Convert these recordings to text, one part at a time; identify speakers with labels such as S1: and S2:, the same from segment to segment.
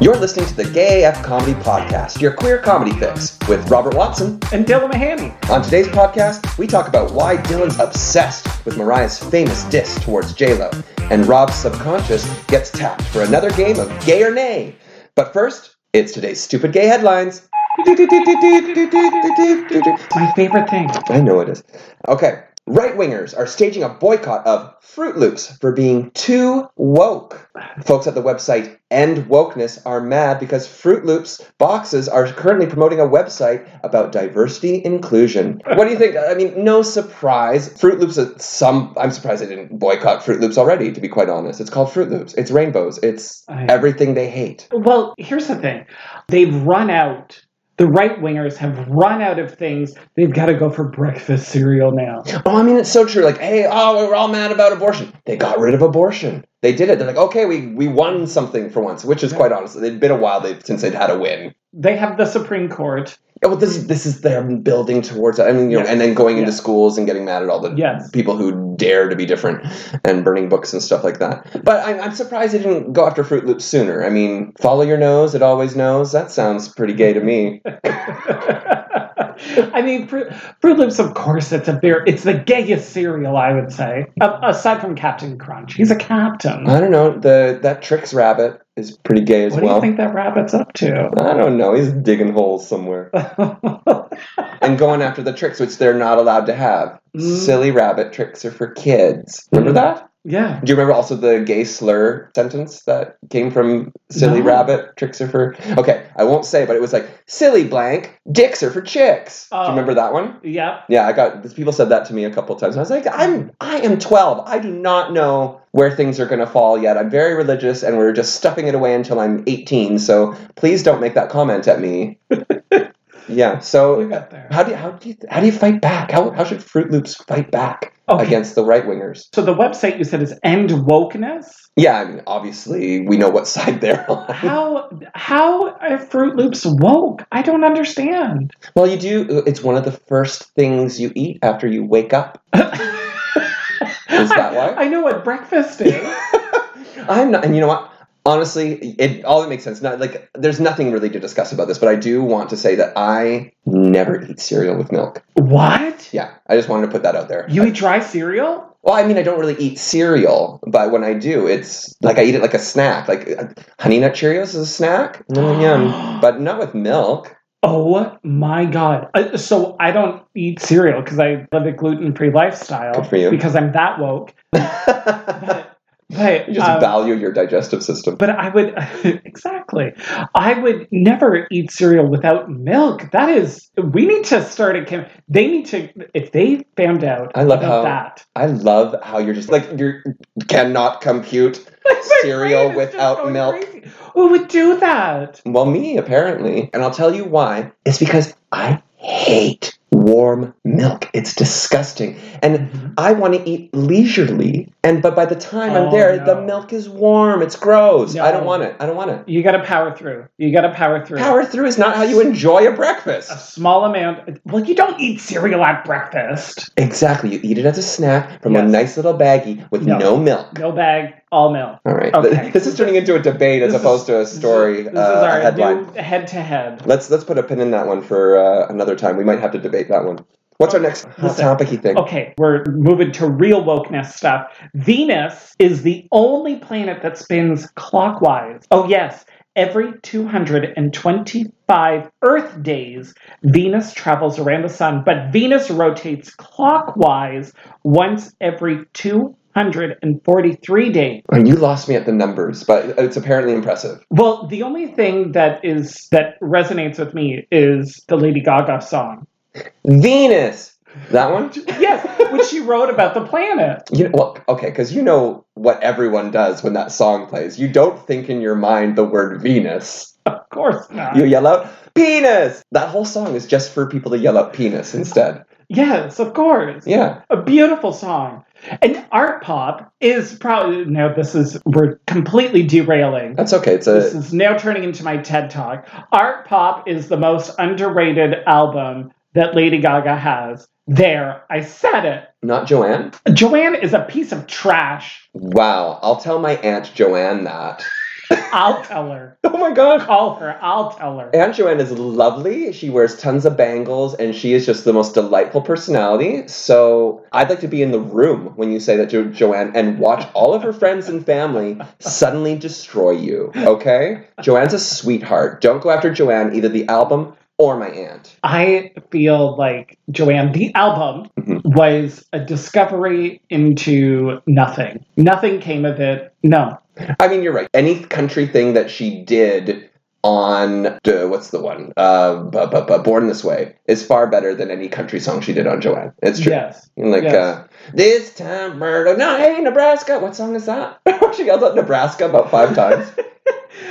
S1: You're listening to the Gay AF Comedy Podcast, your queer comedy fix, with Robert Watson.
S2: and Dylan Mahaney.
S1: On today's podcast, we talk about why Dylan's obsessed with Mariah's famous diss towards JLo, and Rob's subconscious gets tapped for another game of gay or nay. But first, it's today's stupid gay headlines.
S2: My favorite thing.
S1: I know it is. Okay. Right wingers are staging a boycott of Fruit Loops for being too woke. Folks at the website End Wokeness are mad because Fruit Loops boxes are currently promoting a website about diversity inclusion. What do you think? I mean, no surprise. Fruit Loops is some. I'm surprised they didn't boycott Fruit Loops already, to be quite honest. It's called Fruit Loops, it's rainbows, it's
S2: I-
S1: everything they hate.
S2: Well, here's the thing. They've run out. The right wingers have run out of things. They've got to go for breakfast cereal now.
S1: Oh, I mean, it's so true. Like, hey, oh, we're all mad about abortion. They got rid of abortion. They did it. They're like, okay, we, we won something for once, which is quite honestly, it'd been a while they since they'd had a win.
S2: They have the Supreme Court.
S1: Yeah, well, this is this is them building towards. I mean, you know,
S2: Yes.
S1: and then going into
S2: Yes.
S1: schools and getting mad at all the
S2: Yes.
S1: people who dare to be different and burning books and stuff like that. But I'm, I'm surprised they didn't go after Fruit Loops sooner. I mean, follow your nose; it always knows. That sounds pretty gay to me.
S2: I mean, Fruit, Fruit Loops, of course, it's a beer. It's the gayest cereal, I would say, a- aside from Captain Crunch. He's a captain.
S1: I don't know. The that tricks rabbit is pretty gay as
S2: What do
S1: well.
S2: you think that rabbit's up to?
S1: I don't know. He's digging holes somewhere and going after the tricks, which they're not allowed to have.
S2: Mm.
S1: Silly rabbit tricks are for kids. Remember
S2: Mm-hmm.
S1: that?
S2: yeah.
S1: Do you remember also the gay slur sentence that came from silly
S2: No.
S1: rabbit tricks are for? Okay, I won't say, but it was like silly blank dicks are for chicks. Do
S2: Oh.
S1: you remember that one?
S2: Yep.
S1: Yeah, I got people said that to me a couple times. I was like, I'm I am 12. I do not know where things are going to fall yet. I'm very religious, and we're just stuffing it away until I'm 18. So please don't make that comment at me. yeah.
S2: We
S1: So
S2: got there.
S1: how do you, how do you how do you fight back? How how should Fruit Loops fight back
S2: Okay.
S1: against the right wingers?
S2: So the website you said is End Wokeness.
S1: Yeah, I mean, obviously we know what side they're on.
S2: How how are Fruit Loops woke? I don't understand.
S1: Well, you do. It's one of the first things you eat after you wake up.
S2: Is
S1: that why?
S2: I, I know what breakfast is.
S1: I'm not, and you know what? Honestly, it all it makes sense. Not like there's nothing really to discuss about this, but I do want to say that I never eat cereal with milk.
S2: what?
S1: Yeah, I just wanted to put that out there.
S2: You eat dry cereal?
S1: Well, I mean, I don't really eat cereal, but when I do, it's like I eat it like a snack. Like uh, Honey Nut Cheerios is a snack. Mm, yum. But not with milk.
S2: Oh my god. Uh, So I don't eat cereal because I live a gluten free lifestyle.
S1: Good for you.
S2: Because I'm that woke. But, but,
S1: you just
S2: um,
S1: value your digestive system.
S2: but I would exactly. I would never eat cereal without milk. That is, we need to start a. cam- They need to if they found out
S1: I love
S2: about
S1: how-
S2: that.
S1: I love how you're just like you cannot compute cereal
S2: My brain is just
S1: without
S2: going
S1: milk.
S2: crazy. Who would do that?
S1: Well, me apparently, and I'll tell you why. It's because I hate warm milk. It's disgusting, and I want to eat leisurely. And but by the time I'm
S2: Oh,
S1: there,
S2: no.
S1: the milk is warm. It's gross. I don't
S2: No.
S1: want it. I don't want it.
S2: You got to power through. You got to power through.
S1: Power through is not how you enjoy a
S2: A
S1: breakfast.
S2: small amount. Well, you don't eat cereal at breakfast.
S1: Exactly. You eat it as a snack from a
S2: Yes.
S1: nice little baggie with
S2: No.
S1: no milk.
S2: No bag, all milk.
S1: All right.
S2: Okay.
S1: This is turning into a debate as
S2: This is-
S1: opposed to a story
S2: This is
S1: uh,
S2: our
S1: a headline.
S2: head to head.
S1: Let's let's put a pin in that one for uh, another time. We might have to debate that one. What's our next hot
S2: Listen.
S1: topic? You think?
S2: Okay, we're moving to real wokeness stuff. Venus is the only planet that spins clockwise. Oh, yes. Every 225 Earth days, Venus travels around the Sun, but Venus rotates clockwise once every 243 days.
S1: Oh, you lost me at the numbers, but it's apparently impressive.
S2: Well, the only thing that is that resonates with me is the Lady Gaga song.
S1: Venus. That one.
S2: Yes, which she wrote about the planet.
S1: You know, well, okay, because you know what everyone does when that song plays. You don't think in your mind the word Venus.
S2: Of course not.
S1: You yell out penis. That whole song is just for people to yell out penis instead.
S2: Yes, of course.
S1: Yeah.
S2: A beautiful song. And art pop is probably now this is we're completely derailing.
S1: That's okay. It's
S2: This
S1: a
S2: is now turning into my TED talk. Art pop is the most underrated album that Lady Gaga has. There, I said it.
S1: not Joanne.
S2: Joanne is a piece of trash.
S1: Wow. I'll tell my aunt Joanne that.
S2: I'll tell her.
S1: Oh my god.
S2: Call her. I'll tell her.
S1: Aunt Joanne is lovely. She wears tons of bangles and she is just the most delightful personality. So I'd like to be in the room when you say that to Joanne and watch all of her friends and family suddenly destroy you. Okay? Joanne's a sweetheart. Don't go after Joanne, either the album or my aunt.
S2: I feel like Joanne, the album
S1: Mm-hmm.
S2: was a discovery into nothing. Nothing came of it. No.
S1: I mean, you're right. Any country thing that she did on uh, what's the one? Uh, bu- bu- bu- Born This Way is far better than any country song she did on Joanne. It's true.
S2: Yes.
S1: Like
S2: Yes.
S1: uh, this time, murder. No, hey, Nebraska. What song is that? she yelled out Nebraska about five times.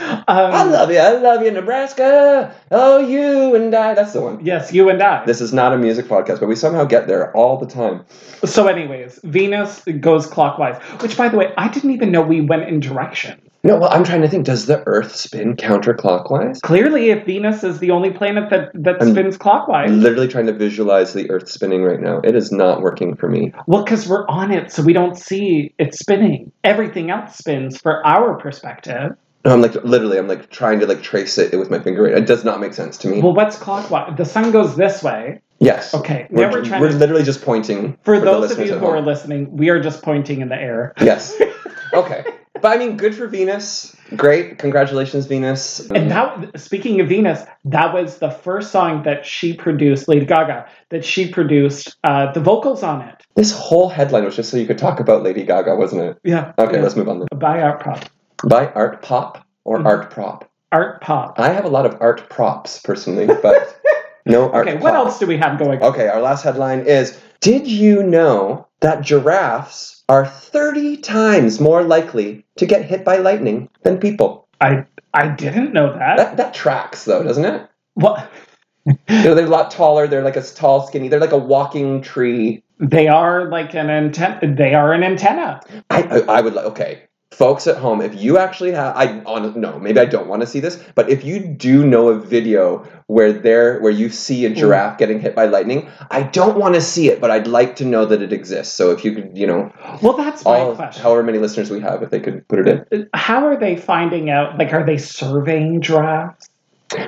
S2: Um,
S1: I love you. I love you, Nebraska. Oh, you and I. That's the one.
S2: Yes, you and I.
S1: This is not a music podcast, but we somehow get there all the time.
S2: So, anyways, Venus goes clockwise, which, by the way, I didn't even know we went in direction.
S1: No, well, I'm trying to think. Does the Earth spin counterclockwise?
S2: Clearly, if Venus is the only planet that, that
S1: I'm-
S2: spins
S1: I'm
S2: clockwise,
S1: literally trying to visualize the Earth spinning right now. It is not working for me.
S2: well, because we're on it, so we don't see it spinning. Everything else spins for our perspective.
S1: No, I'm like literally, I'm like trying to like trace it with my finger. It does not make sense to me.
S2: Well, what's clockwise? The sun goes this way.
S1: yes.
S2: Okay,
S1: We're,
S2: now we're trying
S1: we're
S2: to.
S1: literally just pointing
S2: For
S1: the
S2: those of
S1: listeners
S2: you
S1: at
S2: who are
S1: home.
S2: listening, we are just pointing in the air.
S1: yes. Okay. But I mean, good for Venus. Great. Congratulations, Venus.
S2: And that, speaking of Venus, that was the first song that she produced, Lady Gaga, that she produced uh, the vocals on it.
S1: this whole headline was just so you could talk about Lady Gaga, wasn't it?
S2: Yeah.
S1: Okay,
S2: yeah.
S1: let's move on then.
S2: By Art Pop.
S1: Buy art pop or
S2: Mhm.
S1: art prop.
S2: Art Pop.
S1: I have a lot of art props personally, but no art
S2: okay, what
S1: pop. Uh,
S2: else do we have going on?
S1: Okay, our last headline is Did you know that giraffes are 30 times more likely to get hit by lightning than people?
S2: I I didn't know that.
S1: That, that tracks, though, doesn't it?
S2: What?
S1: You know, they're a lot taller. They're like a tall, skinny. They're like a walking tree.
S2: They are like an antenna. They are an antenna.
S1: I, I, I would like, okay. Folks at home, if you actually have, I on no, maybe I don't want to see this, but if you do know a video where there where you see a giraffe getting hit by lightning, I don't want to see it, but I'd like to know that it exists. So if you could, you know,
S2: Well, that's my
S1: all
S2: question.
S1: however many listeners we have if they could put it in
S2: How are they finding out? Like, are they surveying giraffes?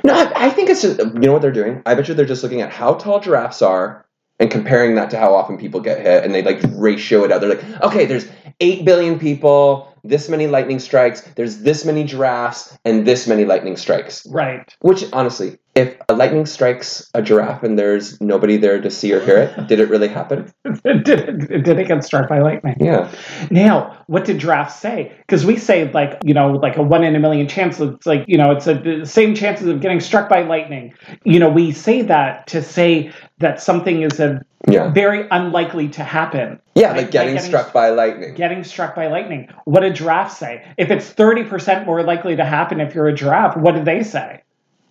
S1: no I, I think it's just you know what they're doing i bet you they're just looking at how tall giraffes are and comparing that to how often people get hit and they like ratio it out they're like okay there's 8 billion people this many lightning strikes there's this many giraffes and this many lightning strikes
S2: Right.
S1: which honestly if a lightning strikes a giraffe and there's nobody there to see or hear it did it really happen
S2: did, it, did it get struck by lightning?
S1: yeah
S2: Now, what did drafts say? Because we say like you know like a one in a million chance. It's like you know it's a, the same chances of getting struck by lightning. You know we say that to say that something is a
S1: yeah
S2: very unlikely to happen.
S1: yeah like
S2: Like- like
S1: getting
S2: getting
S1: struck by lightning
S2: Getting struck by lightning. What did drafts say? If it's thirty percent more likely to happen if you're a giraffe, what do they say?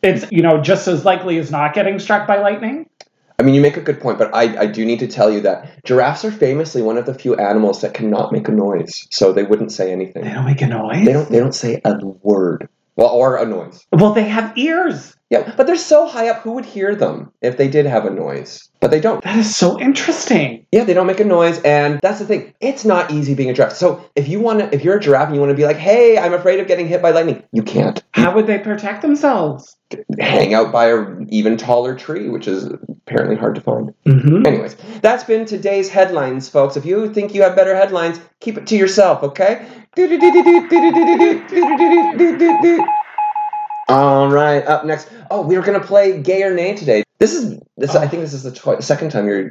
S2: It's you know just as likely as not getting struck by lightning.
S1: I mean, you make a good point, but I, I do need to tell you that giraffes are famously one of the few animals that cannot make a noise, so they wouldn't say
S2: They
S1: anything.
S2: don't make a noise.
S1: They don't they don't say a word, well, or a noise.
S2: Well, they have ears.
S1: Yeah, but they're so high up, who would hear them if they did have a noise? But they don't.
S2: That is so interesting.
S1: Yeah, they don't make a noise, and that's the thing. It's not easy being a giraffe. So if you want to, if you're a giraffe and you want to be like, hey, I'm afraid of getting hit by lightning, you can't.
S2: How would they protect themselves?
S1: Hang out by an even taller tree, which is apparently hard to find.
S2: Mm-hmm.
S1: Anyways, that's been today's headlines, folks. If you think you have better headlines, keep it to yourself, okay? All right, up next. Oh, we were gonna play gay or nay today. This is this. I think this is the twi- second time you're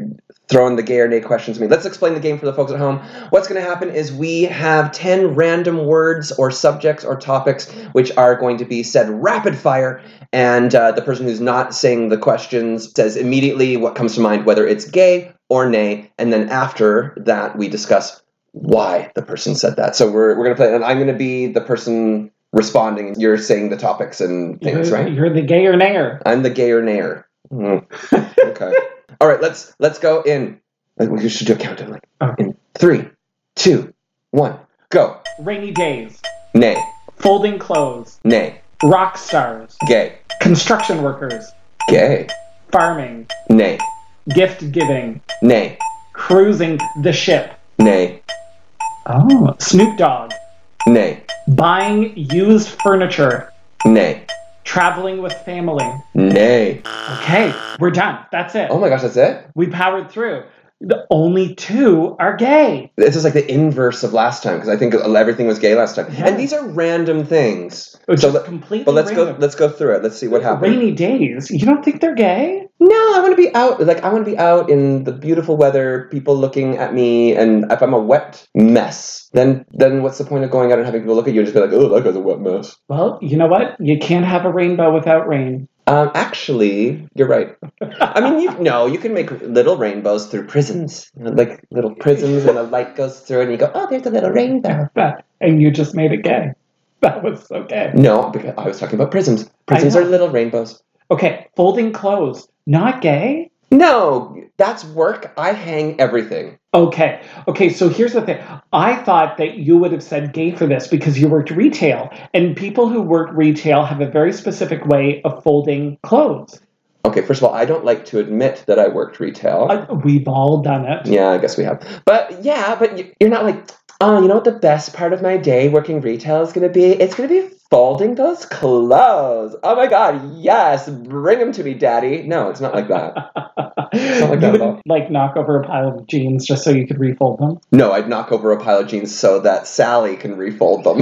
S1: throwing the gay or nay questions at me. Let's explain the game for the folks at home. What's gonna happen is we have ten random words or subjects or topics which are going to be said rapid fire, and uh, the person who's not saying the questions says immediately what comes to mind, whether it's gay or nay, and then after that we discuss why the person said that. So we're we're gonna play, and I'm gonna be the person responding. You're saying the topics and things,
S2: you're,
S1: right?
S2: You're the gay or nayer.
S1: I'm the gayer nayer. Mm. Okay. All right. Let's let's go in. Like, we should do a countdown. Like
S2: Okay.
S1: in three, two, one, go.
S2: Rainy days,
S1: Nay,
S2: folding clothes,
S1: nay,
S2: rock stars,
S1: gay,
S2: construction workers,
S1: gay,
S2: farming,
S1: nay,
S2: gift giving,
S1: nay,
S2: cruising the ship.
S1: nay,
S2: Oh, Snoop Dogg,
S1: Nay.
S2: buying used furniture,
S1: Nay.
S2: traveling with family.
S1: Nay.
S2: Okay, we're done. That's it.
S1: Oh my gosh, that's it?
S2: We powered through. The only two are gay.
S1: This is like the inverse of last time because I think everything was gay last time.
S2: Yeah.
S1: And these are random things.
S2: Which
S1: So
S2: is
S1: let-
S2: completely
S1: But let's
S2: random.
S1: go let's go through it. Let's see what happened.
S2: Rainy days. You don't think they're gay?
S1: No, I want to be out. Like I want to be out in the beautiful weather, people looking at me, and if I'm a wet mess, then then what's the point of going out and having people look at you and just be like, "Oh, that guy's a wet mess."
S2: Well, you know what? You can't have a rainbow without rain.
S1: Um, actually, you're right. I mean, you no, you can make little rainbows through prisms, like little prisms, and the light goes through, and you go, "Oh, there's a little rainbow."
S2: But- And you just made it gay. That was so gay.
S1: No, because I was talking about prisms. Prisms
S2: know.
S1: are little rainbows.
S2: Okay, folding clothes. Not gay?
S1: No, that's work. I hang everything.
S2: Okay. Okay, so here's the thing. I thought that you would have said gay for this because you worked retail, and people who work retail have a very specific way of folding clothes.
S1: Okay, first of all, I don't like to admit that I worked retail.
S2: Uh, we've all done it.
S1: Yeah, I guess we have. But yeah, but y- you're not like, oh, you know what the best part of my day working retail is going to be? It's going to be folding those clothes. Oh my God, yes, bring them to me, daddy. No, it's not like that. not like that
S2: you
S1: at
S2: would
S1: all.
S2: like knock over a pile of jeans just so you could refold them.
S1: no, I'd knock over a pile of jeans so that Sally can refold them.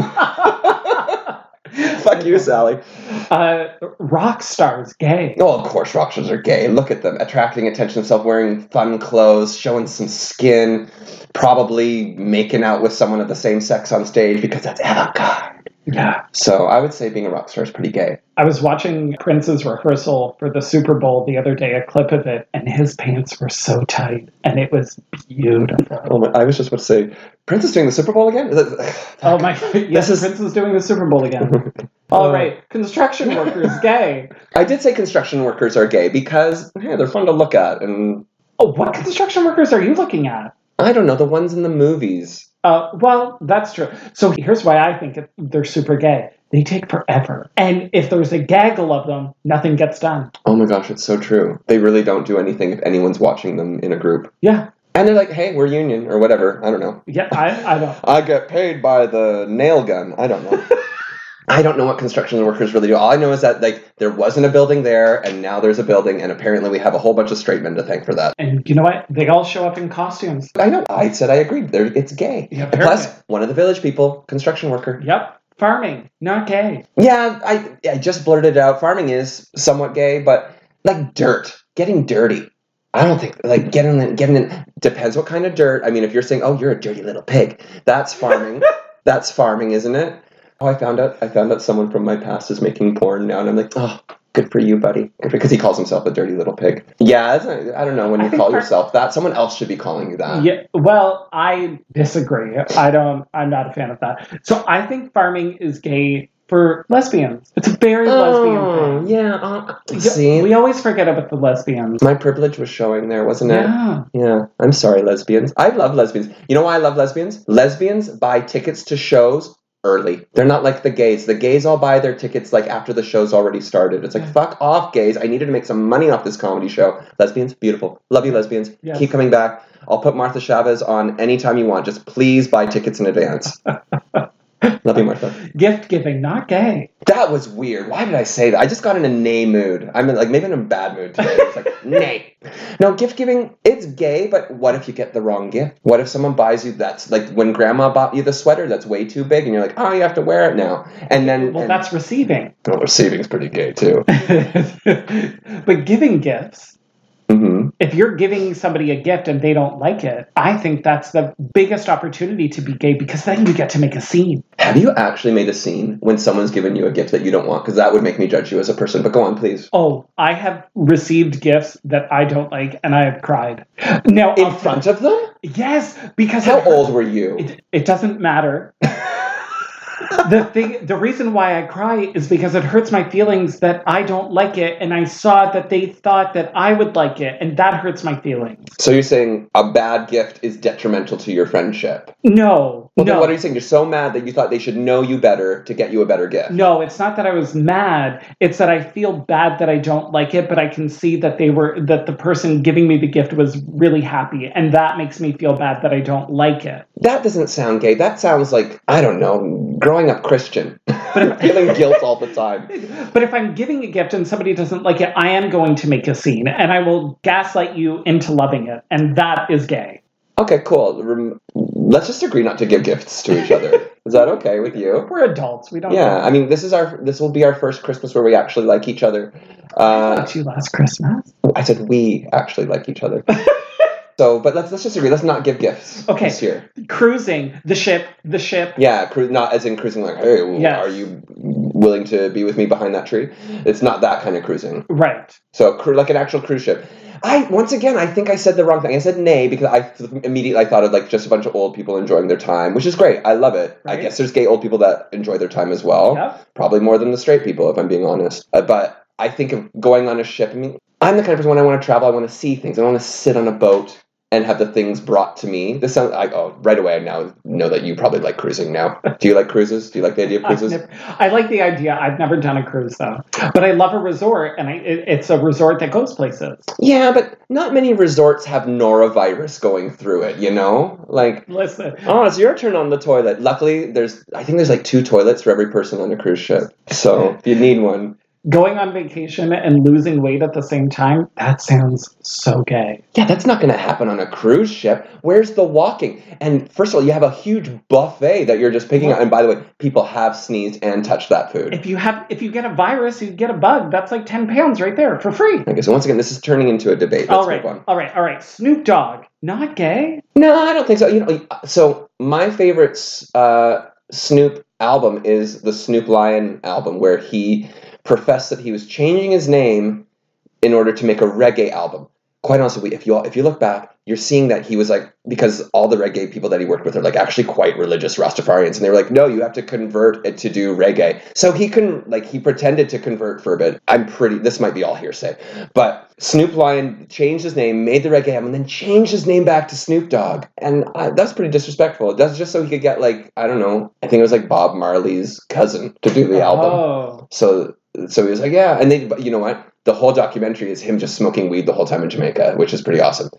S1: Fuck you, Sally.
S2: Uh, rock stars, gay.
S1: Oh, of course, rockstars are gay. Look at them, attracting attention themselves, wearing fun clothes, showing some skin, probably making out with someone of the same sex on stage because that's avant-garde.
S2: Yeah.
S1: So I would say being a rock star is pretty gay.
S2: I was watching Prince's rehearsal for the Super Bowl the other day, a clip of it, and his pants were so tight, and it was beautiful.
S1: Oh my, I was just about to say, Prince is doing the Super Bowl again. Is that-
S2: Oh my! Yes,
S1: is-
S2: Prince is doing the Super Bowl again. All right, construction workers, gay.
S1: I did say construction workers are gay because hey, they're fun to look at, and
S2: Oh, what construction workers are you looking at?
S1: I don't know the ones in the movies.
S2: Uh, well, that's true. So here's why I think it- they're super gay. They take forever, and if there's a gaggle of them, nothing gets done.
S1: Oh my gosh, it's so true. They really don't do anything if anyone's watching them in a group,
S2: Yeah,
S1: and they're like, "Hey, we're union or whatever." I don't know.
S2: yeah. I, I don't.
S1: I get paid by the nail gun. I don't know. I don't know what construction workers really do. All I know is that like there wasn't a building there, and now there's a building, and apparently we have a whole bunch of straight men to thank for that.
S2: And you know what? They all show up in costumes.
S1: I know. I said I agreed. There, it's gay.
S2: Yeah,
S1: And Plus,
S2: apparently.
S1: one of the village people, construction worker.
S2: Yep. Farming, not gay.
S1: Yeah, I, I just blurted it out. Farming is somewhat gay, but like dirt, getting dirty. I don't think like getting in, getting in depends what kind of dirt. I mean, if you're saying, "Oh, you're a dirty little pig," that's farming. that's farming, isn't it? Oh, I found out. I found out someone from my past is making porn now, and I'm like, oh, good for you, buddy, because he calls himself a dirty little pig. Yeah, isn't it- I don't know when
S2: I
S1: you
S2: think
S1: call
S2: part-
S1: yourself that. Someone else should be calling you that.
S2: Yeah, well, I disagree. I don't. I'm not a fan of that. So I think farming is gay for lesbians. It's a very
S1: Oh,
S2: lesbian thing.
S1: yeah. Uh,
S2: Yeah,
S1: see,
S2: we always forget about the lesbians.
S1: my privilege was showing there, wasn't it?
S2: Yeah.
S1: Yeah, I'm sorry, lesbians. I love lesbians. You know why I love lesbians? Lesbians buy tickets to shows early. They're not like the gays. The gays all buy their tickets like after the show's already started. It's like
S2: Yeah.
S1: fuck off, gays. I needed to make some money off this comedy show. Lesbians, beautiful. Love you, lesbians.
S2: Yes.
S1: Keep coming back. I'll put Martha Chavez on anytime you want. Just please buy tickets in advance. love you, Martha.
S2: Gift giving, not gay.
S1: That was weird. Why did I say that? I just got in a nay mood. I'm in, like maybe in a bad mood today. It's like nay. No, gift giving, it's gay, but what if you get the wrong gift? What if someone buys you that's like when grandma bought you the sweater that's way too big and you're like, oh, you have to wear it now. And then
S2: Well,
S1: and,
S2: that's receiving.
S1: well, receiving's pretty gay too.
S2: but giving gifts,
S1: hmm
S2: if you're giving somebody a gift and they don't like it, I think that's the biggest opportunity to be gay because then you get to make a scene.
S1: Have you actually made a scene when someone's given you a gift that you don't want? Because that would make me judge you as a person. But go on, please.
S2: Oh, I have received gifts that I don't like, and I have cried. Now,
S1: In
S2: I'll-
S1: front of them?
S2: yes, because
S1: How
S2: it-
S1: old were you?
S2: It doesn't matter. the thing the reason why I cry is because it hurts my feelings that I don't like it and I saw that they thought that I would like it and that hurts my feelings.
S1: So you're saying a bad gift is detrimental to your friendship?
S2: No.
S1: Well, then
S2: no.
S1: what are you saying? You're so mad that you thought they should know you better to get you a better gift.
S2: no, it's not that I was mad. It's that I feel bad that I don't like it, but I can see that they were that the person giving me the gift was really happy and that makes me feel bad that I don't like it.
S1: That doesn't sound gay. That sounds like I don't know, growing up Christian, feeling guilt all the time.
S2: But if I'm giving a gift and somebody doesn't like it, I am going to make a scene and I will gaslight you into loving it. And that is gay.
S1: Okay, cool. Rem- Let's just agree not to give gifts to each other. Is that okay with you?
S2: We're adults. We don't
S1: Yeah, I mean, this is our this will be our first Christmas where we actually like each other. Uh,
S2: Fucked you last Christmas.
S1: I said we actually like each other. so, but let's let's just agree. Let's not give gifts
S2: Okay.
S1: this year.
S2: Cruising the ship, the ship.
S1: Yeah, cru- not as in cruising like, hey, well,
S2: Yes.
S1: are you willing to be with me behind that tree? It's not that kind of cruising.
S2: Right.
S1: So, cru- like an actual cruise ship. I once again, I think I said the wrong thing. I said nay because I f- immediately I thought of like just a bunch of old people enjoying their time, which is great. I love it. I
S2: Right.
S1: guess there's gay old people that enjoy their time as well
S2: Yep.
S1: probably more than the straight people, if I'm being honest. Uh, but I think of going on a ship. I mean, I'm the kind of person when I want to travel, I want to see things. I want to sit on a boat and have the things brought to me. This sounds, I, oh, right away, I now know that you probably like cruising now. Do you like cruises? Do you like the idea of
S2: I've
S1: cruises?
S2: never, I like the idea. I've never done a cruise though, but I love a resort, and I, it, it's a resort that goes places.
S1: Yeah, but not many resorts have norovirus going through it, you know? Like,
S2: Listen,
S1: oh, it's your turn on the toilet. Luckily, there's, I think there's like two toilets for every person on a cruise ship. So if you need one.
S2: going on vacation and losing weight at the same time—that sounds so gay.
S1: Yeah, that's not going to happen on a cruise ship. Where's the walking? And first of all, you have a huge buffet that you're just picking out. And by the way, people have sneezed and touched that food.
S2: If you have, if you get a virus, you get a bug. That's like ten pounds right there for free.
S1: Okay, so once again, this is turning into a debate. Let's
S2: all right,
S1: move on.
S2: all right, all right. Snoop Dogg, not gay.
S1: No, I don't think so. You know, so my favorite uh, Snoop album is the Snoop Lion album, where he professed that he was changing his name in order to make a reggae album. Quite honestly, if you if you look back, you're seeing that he was like because all the reggae people that he worked with are like actually quite religious Rastafarians, and they were like, no, you have to convert it to do reggae. So he can like he pretended to convert for a bit. I'm pretty. This might be all hearsay, but Snoop Lion changed his name, made the reggae album, and then changed his name back to Snoop Dogg, and I, that's pretty disrespectful. That's just so he could get like I don't know. I think it was like Bob Marley's cousin to do the album.
S2: Oh,
S1: So so he was like, yeah, and they, but you know what? The whole documentary is him just smoking weed the whole time in Jamaica, which is pretty awesome.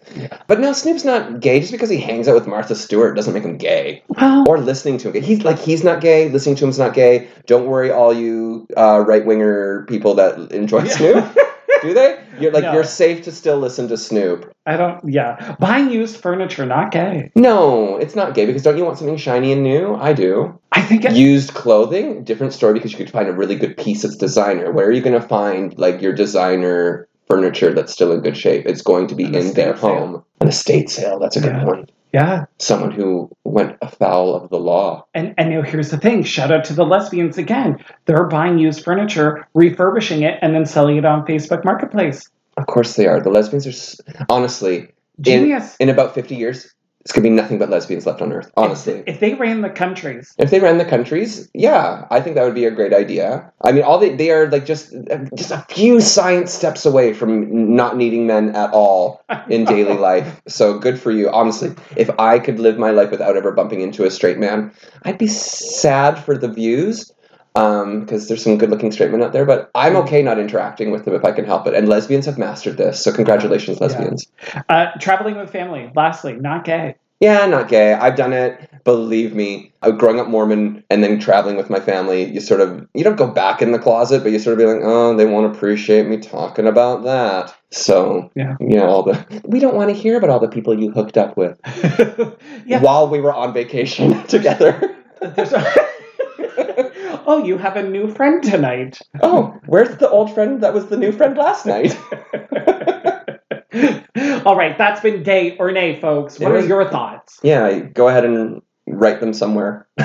S1: But now Snoop's not gay just because he hangs out with Martha Stewart doesn't make him gay.
S2: well,
S1: Or listening to him, he's like he's not gay. Listening to him's not gay. Don't worry, all you uh, right winger people that enjoy
S2: Yeah.
S1: Snoop, do they? You're like
S2: No.
S1: you're safe to still listen to Snoop.
S2: I don't. Yeah, buying used furniture, not gay.
S1: No, it's not gay because don't you want something shiny and new? I do.
S2: I think it,
S1: used clothing different story because you could find a really good piece that's designer where are you going to find like your designer furniture that's still in good shape it's going to be
S2: An
S1: in their
S2: estate sale.
S1: home an estate sale that's a good
S2: Yeah.
S1: point
S2: yeah.
S1: someone who went afoul of the law
S2: And and now here's the thing. Shout out to the lesbians again. They're buying used furniture, refurbishing it, and then selling it on Facebook Marketplace.
S1: of course they are the lesbians are s- honestly in,
S2: Genius.
S1: in about 50 years it's going to be nothing but lesbians left on earth honestly
S2: if they ran the countries,
S1: If they ran the countries, yeah, I think that would be a great idea. I mean, all they, they are like just just a few science steps away from not needing men at all in daily life. So good for you. Honestly, if I could live my life without ever bumping into a straight man, I'd be sad for the views because there's some good-looking straight men out there. But I'm okay not interacting with them if I can help it. And lesbians have mastered this, so congratulations, lesbians.
S2: uh, traveling with family. Lastly, not gay.
S1: Yeah, not gay. I've done it. Believe me. Uh, Growing up Mormon and then traveling with my family, you sort of you don't go back in the closet, but you sort of be like, oh, they won't appreciate me talking about that. So
S2: Yeah.
S1: you know, all the we don't want to hear about all the people you hooked up with
S2: yeah.
S1: while we were on vacation together.
S2: there's a- oh, you have a new friend tonight.
S1: oh, where's the old friend that was the new friend last night?
S2: All right, that's been gay or nay, folks. What
S1: It
S2: are
S1: was-
S2: your thoughts?
S1: yeah, go ahead and write them somewhere.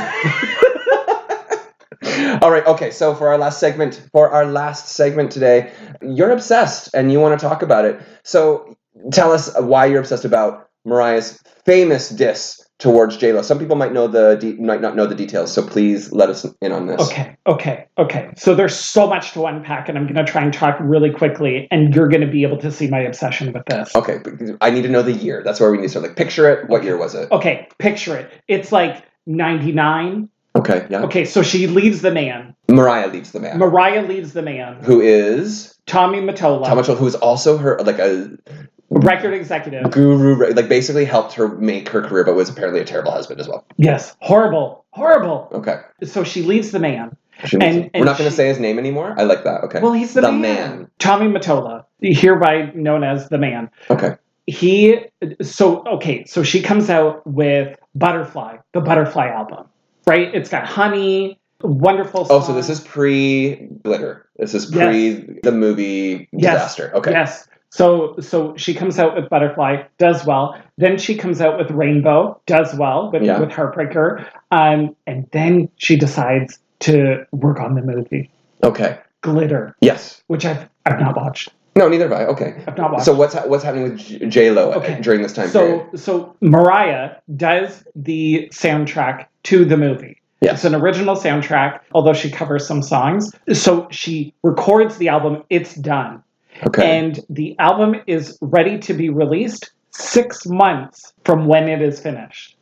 S1: All right, okay, so for our last segment, for our last segment today, you're obsessed and you want to talk about it. So tell us why you're obsessed about Mariah's famous diss towards J Lo. Some people might know the de- might not know the details, so please let us in on this.
S2: Okay, okay, okay. So there's so much to unpack, and I'm going to try and talk really quickly, and you're going to be able to see my obsession with this.
S1: Okay, but I need to know the year. That's where we need to start. Like, picture it. What year was it?
S2: Okay, picture it. It's like 99.
S1: Okay, yeah.
S2: Okay, so she leaves the man.
S1: Mariah leaves the man,
S2: Mariah leaves the man.
S1: who is
S2: Tommy Mottola,
S1: Tom Mitchell, who is also her like a
S2: record executive.
S1: guru, like basically helped her make her career, but was apparently a terrible husband as well.
S2: Yes, horrible, horrible.
S1: Okay,
S2: So she leaves the man.
S1: She-
S2: And-
S1: we're
S2: and
S1: not going to
S2: she-
S1: say his name anymore. I like that. Okay,
S2: Well, he's the,
S1: The man.
S2: man. Tommy Mottola, hereby known as the man.
S1: okay,
S2: he so okay so she comes out with butterfly the butterfly album right it's got honey wonderful
S1: Oh,
S2: song.
S1: so this is pre glitter. This is
S2: Yes.
S1: pre the movie
S2: Yes.
S1: disaster. Okay.
S2: yes so so she comes out with butterfly does well then she comes out with rainbow does well with,
S1: Yeah.
S2: with heartbreaker um, and then she decides to work on the movie
S1: Okay.
S2: glitter
S1: Yes.
S2: which i've i've not watched
S1: No, neither have I. Okay.
S2: i've not watched
S1: So what's ha- what's happening with J Lo uh,
S2: Okay.
S1: during this time period?
S2: so so mariah does the soundtrack to the movie
S1: Yes.
S2: It's an original soundtrack, although she covers some songs. So she records the album, it's done.
S1: Okay.
S2: And the album is ready to be released six months from when it is finished.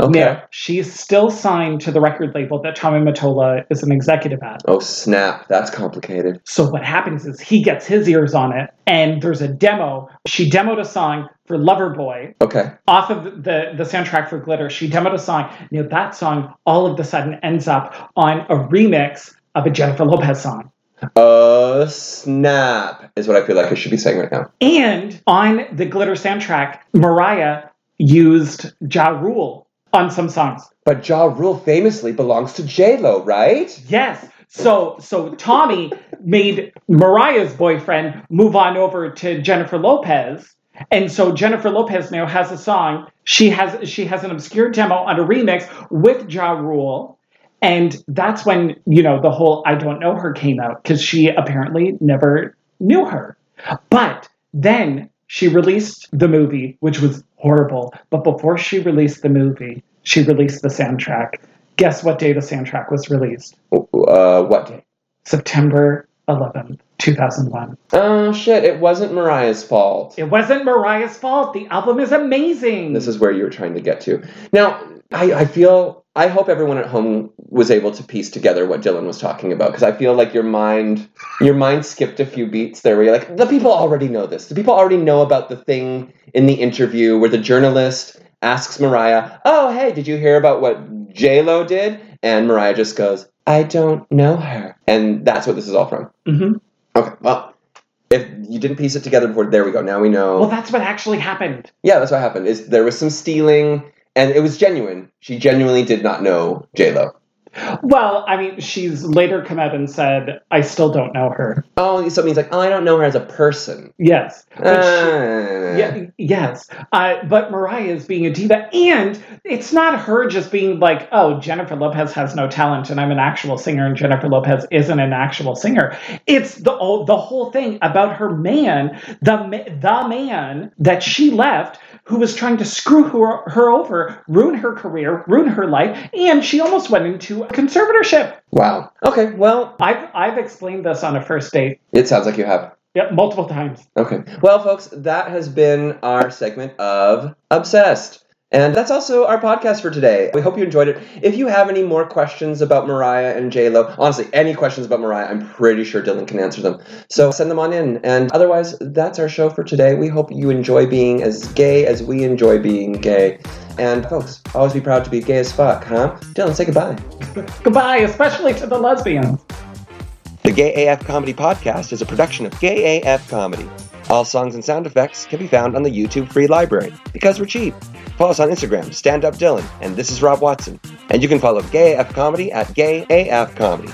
S1: okay.
S2: Now, she's still signed to the record label that Tommy Mottola is an executive at.
S1: Oh snap! That's complicated.
S2: So what happens is he gets his ears on it, and there's a demo. She demoed a song for Loverboy,
S1: Okay.
S2: off of the, the soundtrack for Glitter, she demoed a song. Now that song all of the sudden ends up on a remix of a Jennifer Lopez song.
S1: Oh snap! Is what I feel like I should be saying right now.
S2: And on the Glitter soundtrack, Mariah used Ja Rule on some songs.
S1: But Ja Rule famously belongs to J Lo, right?
S2: Yes. So so Tommy made Mariah's boyfriend move on over to Jennifer Lopez. And so Jennifer Lopez now has a song. She has she has an obscure demo on a remix with Ja Rule. And that's when, you know, the whole I don't know her came out because she apparently never knew her. But then she released the movie, which was horrible. But before she released the movie, she released the soundtrack. Guess what day the soundtrack was released?
S1: Uh, what?
S2: September 11th, 2001.
S1: Oh shit! It wasn't Mariah's fault.
S2: It wasn't Mariah's fault. The album is amazing.
S1: This is where you were trying to get to. Now, I, I feel, I hope everyone at home was able to piece together what Dylan was talking about because I feel like your mind, your mind skipped a few beats there where you're like, the people already know this. The people already know about the thing in the interview where the journalist asks Mariah, "Oh, hey, did you hear about what J Lo did?" And Mariah just goes, "I don't know her," and that's what this is all from.
S2: Mhm.
S1: Okay, well. If you didn't piece it together before, there we go. Now we know.
S2: Well, that's what actually happened.
S1: Yeah, that's what happened. Is there was some stealing, and it was genuine. She genuinely did not know J Lo.
S2: Well, I mean, she's later come out and said, I still don't know her.
S1: Oh, so it means like, oh, I don't know her as a person.
S2: Yes. But she-
S1: Ah.
S2: Yeah, yes. Uh, but Mariah is being a diva, and it's not her just being like, "Oh, Jennifer Lopez has no talent, and I'm an actual singer, and Jennifer Lopez isn't an actual singer." It's the all, the whole thing about her man, the ma- the man that she left, who was trying to screw her, her over, ruin her career, ruin her life, and she almost went into a conservatorship.
S1: Wow. Okay. Well,
S2: I've I've explained this on a first date,
S1: it sounds like you have.
S2: yeah, multiple times.
S1: Okay. Well, folks, that has been our segment of Obsessed. And that's also our podcast for today. We hope you enjoyed it. If you have any more questions about Mariah and J Lo, honestly, any questions about Mariah, I'm pretty sure Dylan can answer them. So send them on in. And otherwise, that's our show for today. We hope you enjoy being as gay as we enjoy being gay. And folks, always be proud to be gay as fuck, huh? Dylan, say goodbye.
S2: Goodbye, especially to the lesbians.
S1: The Gay AF Comedy Podcast is a production of Gay AF Comedy. All songs and sound effects can be found on the YouTube Free Library because we're cheap. Follow us on Instagram, Stand Up Dylan, and this is Rob Watson. And you can follow Gay AF Comedy at Gay AF Comedy.